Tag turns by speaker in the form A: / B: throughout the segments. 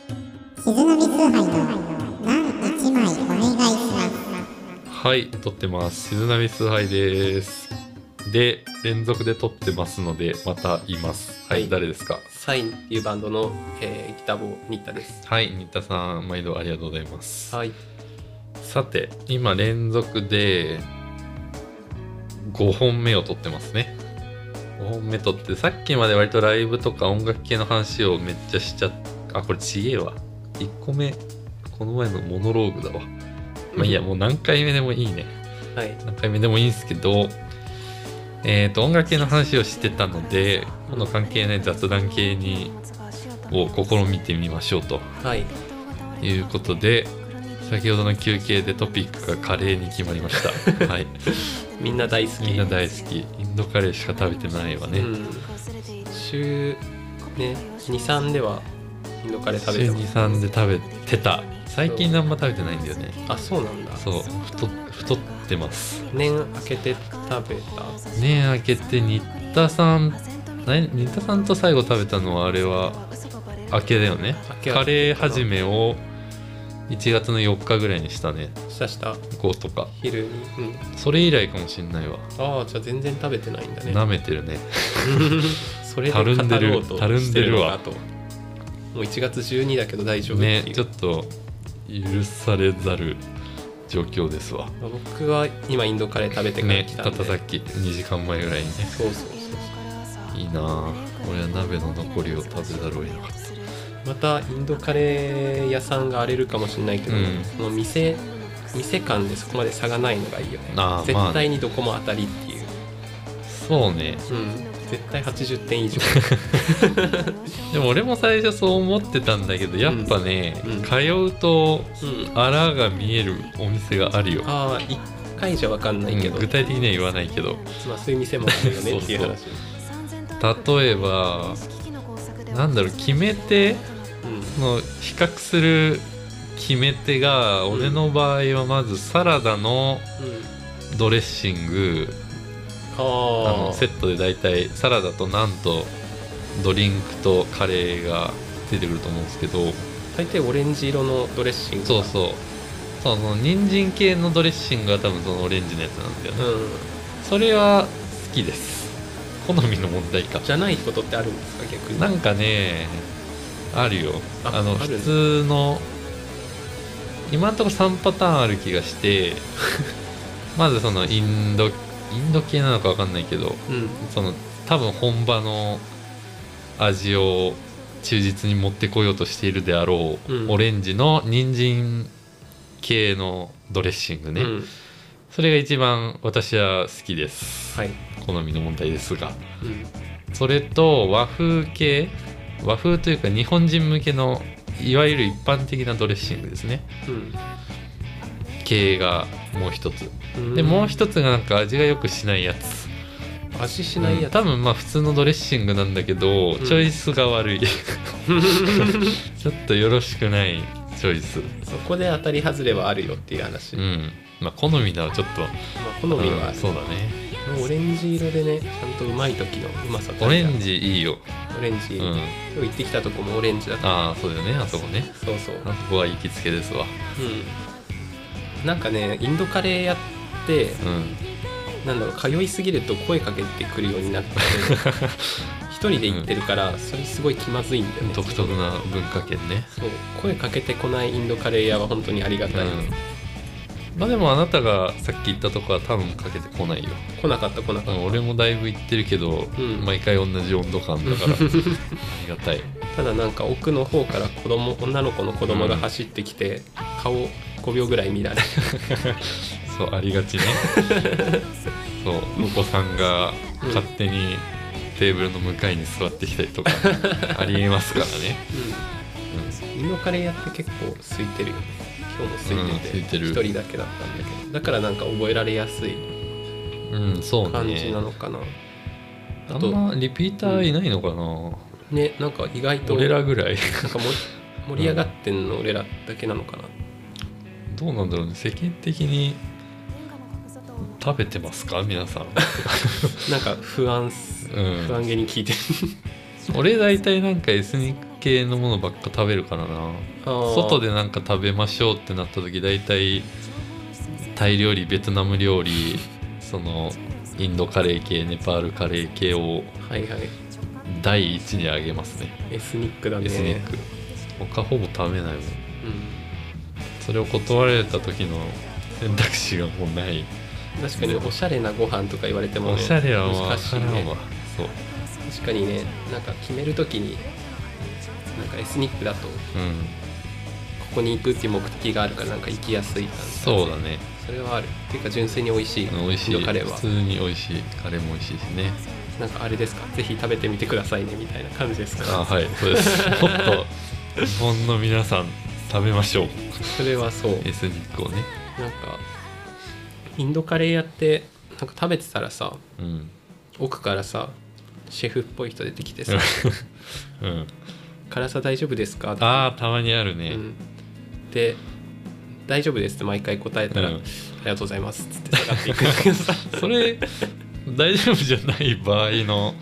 A: しずなみ崇拝の何一枚お願いします
B: はい、撮ってます。静波崇拝です。で、連続で撮ってますので、また言います。はい、
C: はい
B: 誰ですか
C: サインっていうバンドの、えーギターボーニッタです。
B: はい、新田さん、毎度ありがとうございます。
C: はい。
B: さて、今連続で5本目を撮ってますね。5本目撮って、さっきまで割とライブとか音楽系の話をめっちゃしちゃっあ、これちげえわ。1個目、この前のモノローグだわ。まあい いや、もう何回目でもいいね。
C: はい。
B: 何回目でもいいんですけど、えー、と音楽系の話をしてたので今度関係ない雑談系にを試みてみましょうと
C: はい。
B: いうことで先ほどの休憩でトピックがカレーに決まりました はい
C: みんな大好き。
B: みんな大好きインドカレーしか食べてないわね、
C: うん。週、ね、2、3ではインドカレー食べて
B: 週
C: ます。
B: 23で食べてた最近あんま食べてないんだよね
C: あ、そうなんだ。
B: そう太太ってます
C: 年明けて食べた。
B: 年明けて新田さんな新田さんと最後食べたのはあれは明けだよね
C: 明け
B: カレー始めを1月の4日ぐらいにしたね
C: したした。
B: 5とか
C: 昼に。うん。
B: それ以来かもしんないわ
C: ああ、じゃあ全然食べてないんだね。
B: なめてるね
C: それで
B: た
C: 語ろ
B: るんでる
C: うとしてるの
B: た
C: かと。もう1月12だけど大丈夫っていう
B: ねちょっと許されざる状況ですわ
C: まあ僕は今インドカレー食べてから
B: ね
C: 来た
B: た
C: ん
B: った
C: で、
B: さっき2時間前ぐらいにね
C: そうそうそう
B: いいなあ俺は鍋の残りを食べざるを得なかっ
C: またインドカレー屋さんが荒れるかもしれないけど、
B: うん
C: その店店間でそこまで差がないのがいいよね
B: あーまあね
C: 絶対にどこも当たりっていう、
B: たそうね
C: うん、絶対80点以上
B: でも俺も最初そう思ってたんだけどやっぱね、
C: うんうん
B: 通うと
C: うん
B: あらが見えるお店があるよ、
C: ああ1回じゃ分かんないけ
B: う
C: ど、
B: ん具体的には言わないけど
C: まあ、そういう店もあるよねっていう話
B: そう例えばなんだろう決め手その比較する決め手が
C: うん
B: 俺の場合はまずサラダの
C: うん、うん、
B: ドレッシング、あ
C: あ
B: の
C: あ
B: セットで大体サラダとなんとドリンクとカレーが出てくると思うんですけど
C: 大体オレンジ色のドレッシング
B: そうそうその人参系のドレッシングは多分そのオレンジのやつなんだよね、
C: うん、
B: それは好きです好みの問題か
C: じゃないことってあるんですか逆に
B: なんかねあるよ
C: あ
B: あの
C: あるんだ
B: 普通の今んところ3パターンある気がして まずそのインドインド系なのか分かんないけど
C: うん
B: その多分本場の味を忠実に持ってこようとしているであろう、
C: うん
B: オレンジの人参系のドレッシングね、
C: うん、
B: それが一番私は好きです、
C: はい、
B: 好みの問題ですが
C: うん、
B: それと和風系和風というか日本人向けのいわゆる一般的なドレッシングですね系がもう一つ
C: うん
B: でもう一つがなんか味がよくしないやつ
C: 味しない
B: う
C: や
B: ん
C: つ、
B: 多分まあ普通のドレッシングなんだけど、
C: うん
B: チョイスが悪 いちょっとよろしくないチョイス
C: そこで当たり外れはあるよっていう話、
B: う
C: ま
B: んまあ好みだわちょっと
C: あ、好みはあ
B: うん
C: る、
B: そうだね
C: オレンジ色でねちゃんとうまい時のうまさと
B: オレンジいいよ、
C: オレンジ、
B: う
C: 今
B: ん、
C: 日行ってきたとこもオレンジだった
B: ああそうだよねあそこね
C: そうそう
B: あそこは行きつけですわ
C: うんなんかねインドカレーやって
B: うん
C: なんだろう通いすぎると声かけてくるようになって 一人で行ってるからそれすごい気まずいんだよね
B: 独特な文化圏ね
C: そう声かけてこないインドカレー屋は本当にありがた
B: う
C: い、
B: んまあでもあなたがさっき言ったとこは多分かけてこないよ、
C: 来なかった来な
B: う
C: かっ
B: ん、俺もだいぶ行ってるけど、
C: うん
B: 毎回同じ温度感だ からありがたい
C: たただなんか奥の方から子供女の子の子供が走ってきて、顔5秒ぐらい見られる
B: そうありがちねそうお子さんが勝手にテーブルの向かいに座ってきたりとかありえますからね、
C: インドカレー屋って結構空いてるよね今日も空いてて,、
B: うん空いてる
C: 1人だけだったんだけどだからなんか覚えられやすい
B: うん、うん、そう
C: 感じ
B: ね
C: なのかな、
B: あ
C: と
B: んまリピーターいないのかな、
C: ねなんか意外と
B: 俺ら
C: なん
B: ぐらい
C: か盛り盛り上がってんの俺らだけなのかな、
B: どうなんだろうね世間的に食べてますか皆さん、
C: なんか不安す
B: うん
C: 不安げに聞いてる
B: 俺大体なんかエスニッ系のものばっか食べるからな 外でなんか食べましょうってなった時大体タイ料理ベトナム料理そのインドカレー系ネパールカレー系を
C: はいはい
B: 第一にあげますね
C: エスニックだね
B: エスニック他ほぼ食べないもん
C: うん
B: それを断られた時の選択肢がもうない
C: 確かにおしゃれなご飯とか言われても、ね、
B: おしゃれはまあ
C: 難しい
B: わからん
C: ね
B: わそう
C: 確かにねなんか決めるときになんかエスニックだとこ
B: うん
C: こに行くっていう目的があるからなんか行きやすい感じ
B: そうだね
C: それはあるっていうか純粋に美味しい
B: 美味し
C: イン
B: い
C: ドカレー
B: 普通
C: は
B: に美味しいカレーも美味しいしね
C: なんかあれですかぜひ食べてみてくださいねみたいな感じです
B: あ
C: か
B: はいそう ですもっと日本の皆さん食べましょう
C: それはそう
B: エスニックをね
C: なんかインドカレー屋ってなんか食べてたらさ
B: うん
C: 奥からさシェフっぽい人出てきてさ
B: うん
C: 「辛さ大丈夫ですか?」って
B: ああたまにあるね、
C: うんで「大丈夫です」って毎回答えたら「
B: うん
C: ありがとうございます」っつって下がっていくんだけど さ
B: それ大丈夫じゃない場合の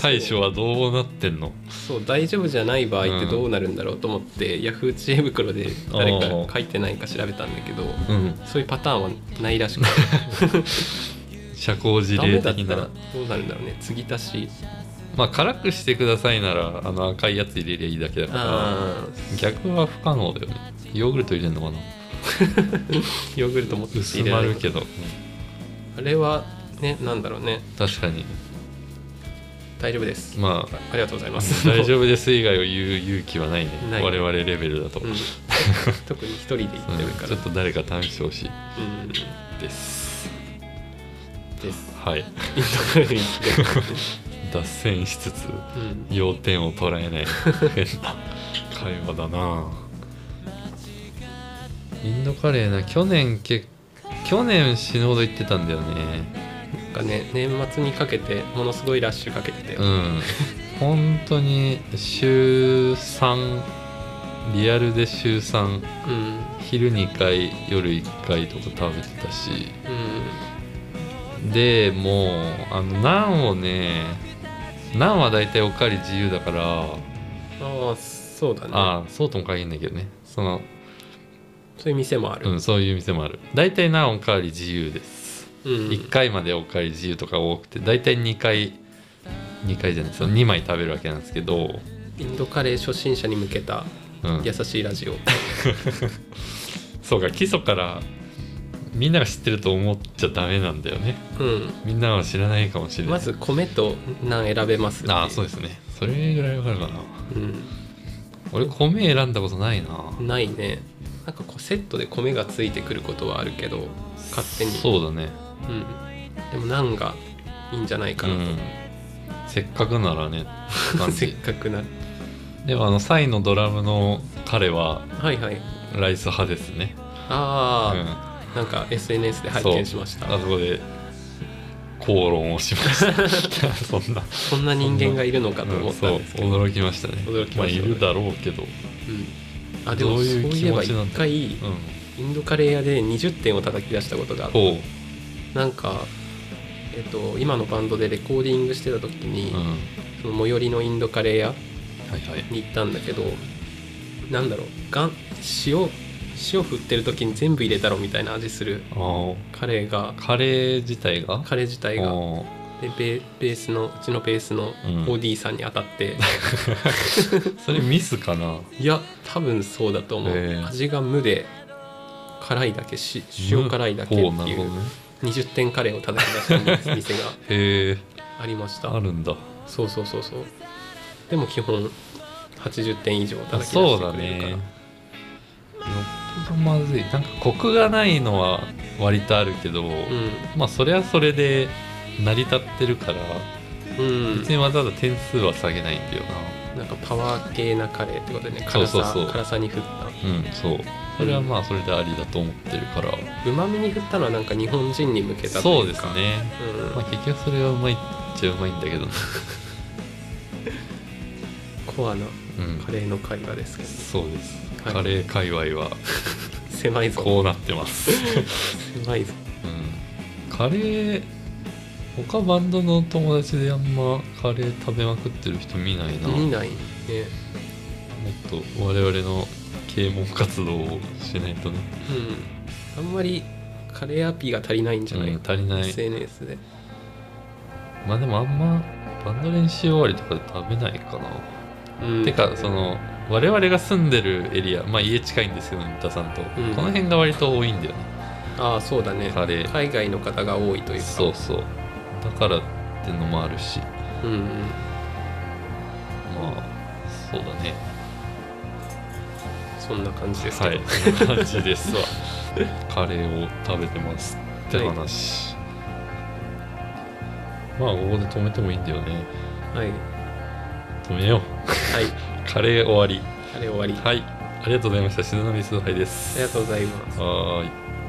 B: 対処はどうなってんの
C: そう大丈夫じゃない場合ってどうなるんだろうと思って、ヤフー知恵袋で誰か
B: おー
C: 書いてないか調べたんだけど
B: うん
C: そういうパターンはないら しくて
B: 社交辞
C: ダメ
B: 令
C: だった
B: 的
C: ら
B: な
C: どうなるんだろうね継ぎ足し
B: まあ辛くしてくださいならあの赤いやつ入れりゃいいだけだから
C: あー
B: 逆は不可能だよねヨーグルト入れるのかな
C: ヨーグルトもって
B: 薄
C: 入れら
B: ま
C: れ
B: る
C: る
B: けど、うん
C: あれはねなんだろうね
B: 確かに
C: 大丈夫です、
B: まあ
C: ありがとうございます
B: 大丈
C: 夫、
B: 夫です以外を言う 勇気はないね
C: ない
B: 我々レベルだと、
C: うん、特に一人で行ってるか
B: ち
C: ら
B: ょっと誰か試してほしい
C: うんです
B: です
C: イ
B: はい
C: ンドカレーに行って
B: 脱線しつつ
C: うん
B: 要点を捉えない変な会話だなインドカレーな去年け去年死ぬほど行ってたんだよね
C: なんかね年末にかけてものすごいラッシュかけてて、
B: うん本当に週3リアルで週3
C: うん
B: 昼2回夜1回とか食べてたし
C: うん
B: でもうあのナンをねナンは大体おかわり自由だから
C: ああそうだね
B: ああそうとも限らないけどねその
C: そういう店もあ
B: う
C: る
B: ん、そういう店もある大体なおかわり自由です、
C: うん、
B: 1回までおかわり自由とか多くて大体2回2回じゃないその2枚食べるわけなんですけど、
C: インドカレー初心者に向けた
B: うん
C: 優、しいラジオ、
B: そうか基礎からみんなが知ってると思っちゃダメなんだよね
C: うん、
B: みんなは知らないかもしれない
C: まず米とナン選べます
B: ああそう
C: う、
B: ですねそれぐらいわかるかな
C: う、
B: 俺米選んだことないなん
C: ないねなんかこうセットで米がついてくることはあるけど勝手に
B: そうだね
C: うん、でもナンがいいんじゃないか
B: う
C: なと、
B: んせっかくならね感
C: せっ
B: じ
C: かくな
B: でもあのサイのドラムの彼は
C: はいはい
B: ライス派ですね
C: ああ、
B: うん
C: なんか SNS で拝見しました
B: あそこで口論をしました そんな
C: そんな人間がいるのかと思ったんですけど、
B: う
C: うんん
B: そう驚きましたね
C: 驚きましたね
B: あ、いるだろうけど、
C: あでも
B: ど
C: そうう
B: いう
C: いえば
B: 気持ちなん
C: 一
B: だ
C: 回イ
B: う
C: ンドカレー屋で20点を叩き出したことがあっ
B: ん、
C: て
B: こ
C: なんか、えっと今のバンドでレコーディングしてた時に
B: う、、うん、
C: その最寄りのインドカレー屋
B: はいはい
C: に行ったんだけどなんだろうがん塩塩振ってる時に全部入れたろみたいな味する
B: あー
C: カレーが
B: カレー自体が
C: カレー自体が
B: おー
C: でベベースのうちのベースの
B: うん
C: OD さんに当たって、
B: それミスかない
C: や多分そうだと思う、
B: へえ
C: 味が無で辛いだけし塩辛いだけって
B: おーなる
C: い
B: ほど
C: う
B: ね
C: 20点カレーを叩き出した 店が
B: へえ
C: ありました
B: あるんだ
C: そうそうそうそうでも基本80点以上叩き出
B: そ
C: し
B: う
C: て
B: だ
C: くれるから
B: ねよっぽどまずいなんかコクがないのは割とあるけど、まあそれはそれで成り立ってるから
C: うん、うん
B: 別、にわざわざ点数は下げないんだよ
C: なんかパワー系なカレーってことでね
B: そう
C: 辛さ
B: そうそう
C: 辛さに振った
B: なうんそうそれはまあそれでありだと思ってるから、
C: うまみに振ったのはなんか日本人に向けた
B: そ
C: と
B: う
C: い
B: で
C: う
B: す
C: か
B: ね、
C: うん
B: まあ、結局それはうまいっちゃうまいんだけどね、
C: コアな
B: うん
C: カレーの会話ですけど、
B: そうです、
C: はい
B: カレー界隈は
C: 狭いぞ
B: こうなってます、
C: 狭いぞ
B: うん、カレー他バンドの友達であんまカレー食べまくってる人見ないな、
C: 見ないね
B: もっと我々の啓蒙活動をしないとね、
C: うん、あんまりカレーアピが足りないんじゃない、
B: うん足りない
C: SNS で
B: まあでもあんまバンド練習終わりとかで食べないかな、
C: うん
B: てかその我々が住んでるエリアまあ家近いんですよ新田さんと、
C: ん
B: この辺が割と多いんだよね
C: ああそうだね
B: カレー
C: 海外の方が多いというか
B: そうそうだからってのもあるし
C: うんうん
B: まあそうだね
C: そんな感じですけ
B: は
C: ど、
B: いこんな感じです わカレーを食べてますって話、まあここで止めてもいいんだよね
C: はい、はい、
B: 止めようカレー終わり
C: あれ終わり、あ
B: はいありがとうございました静波崇拝です
C: りがとうございます
B: はーい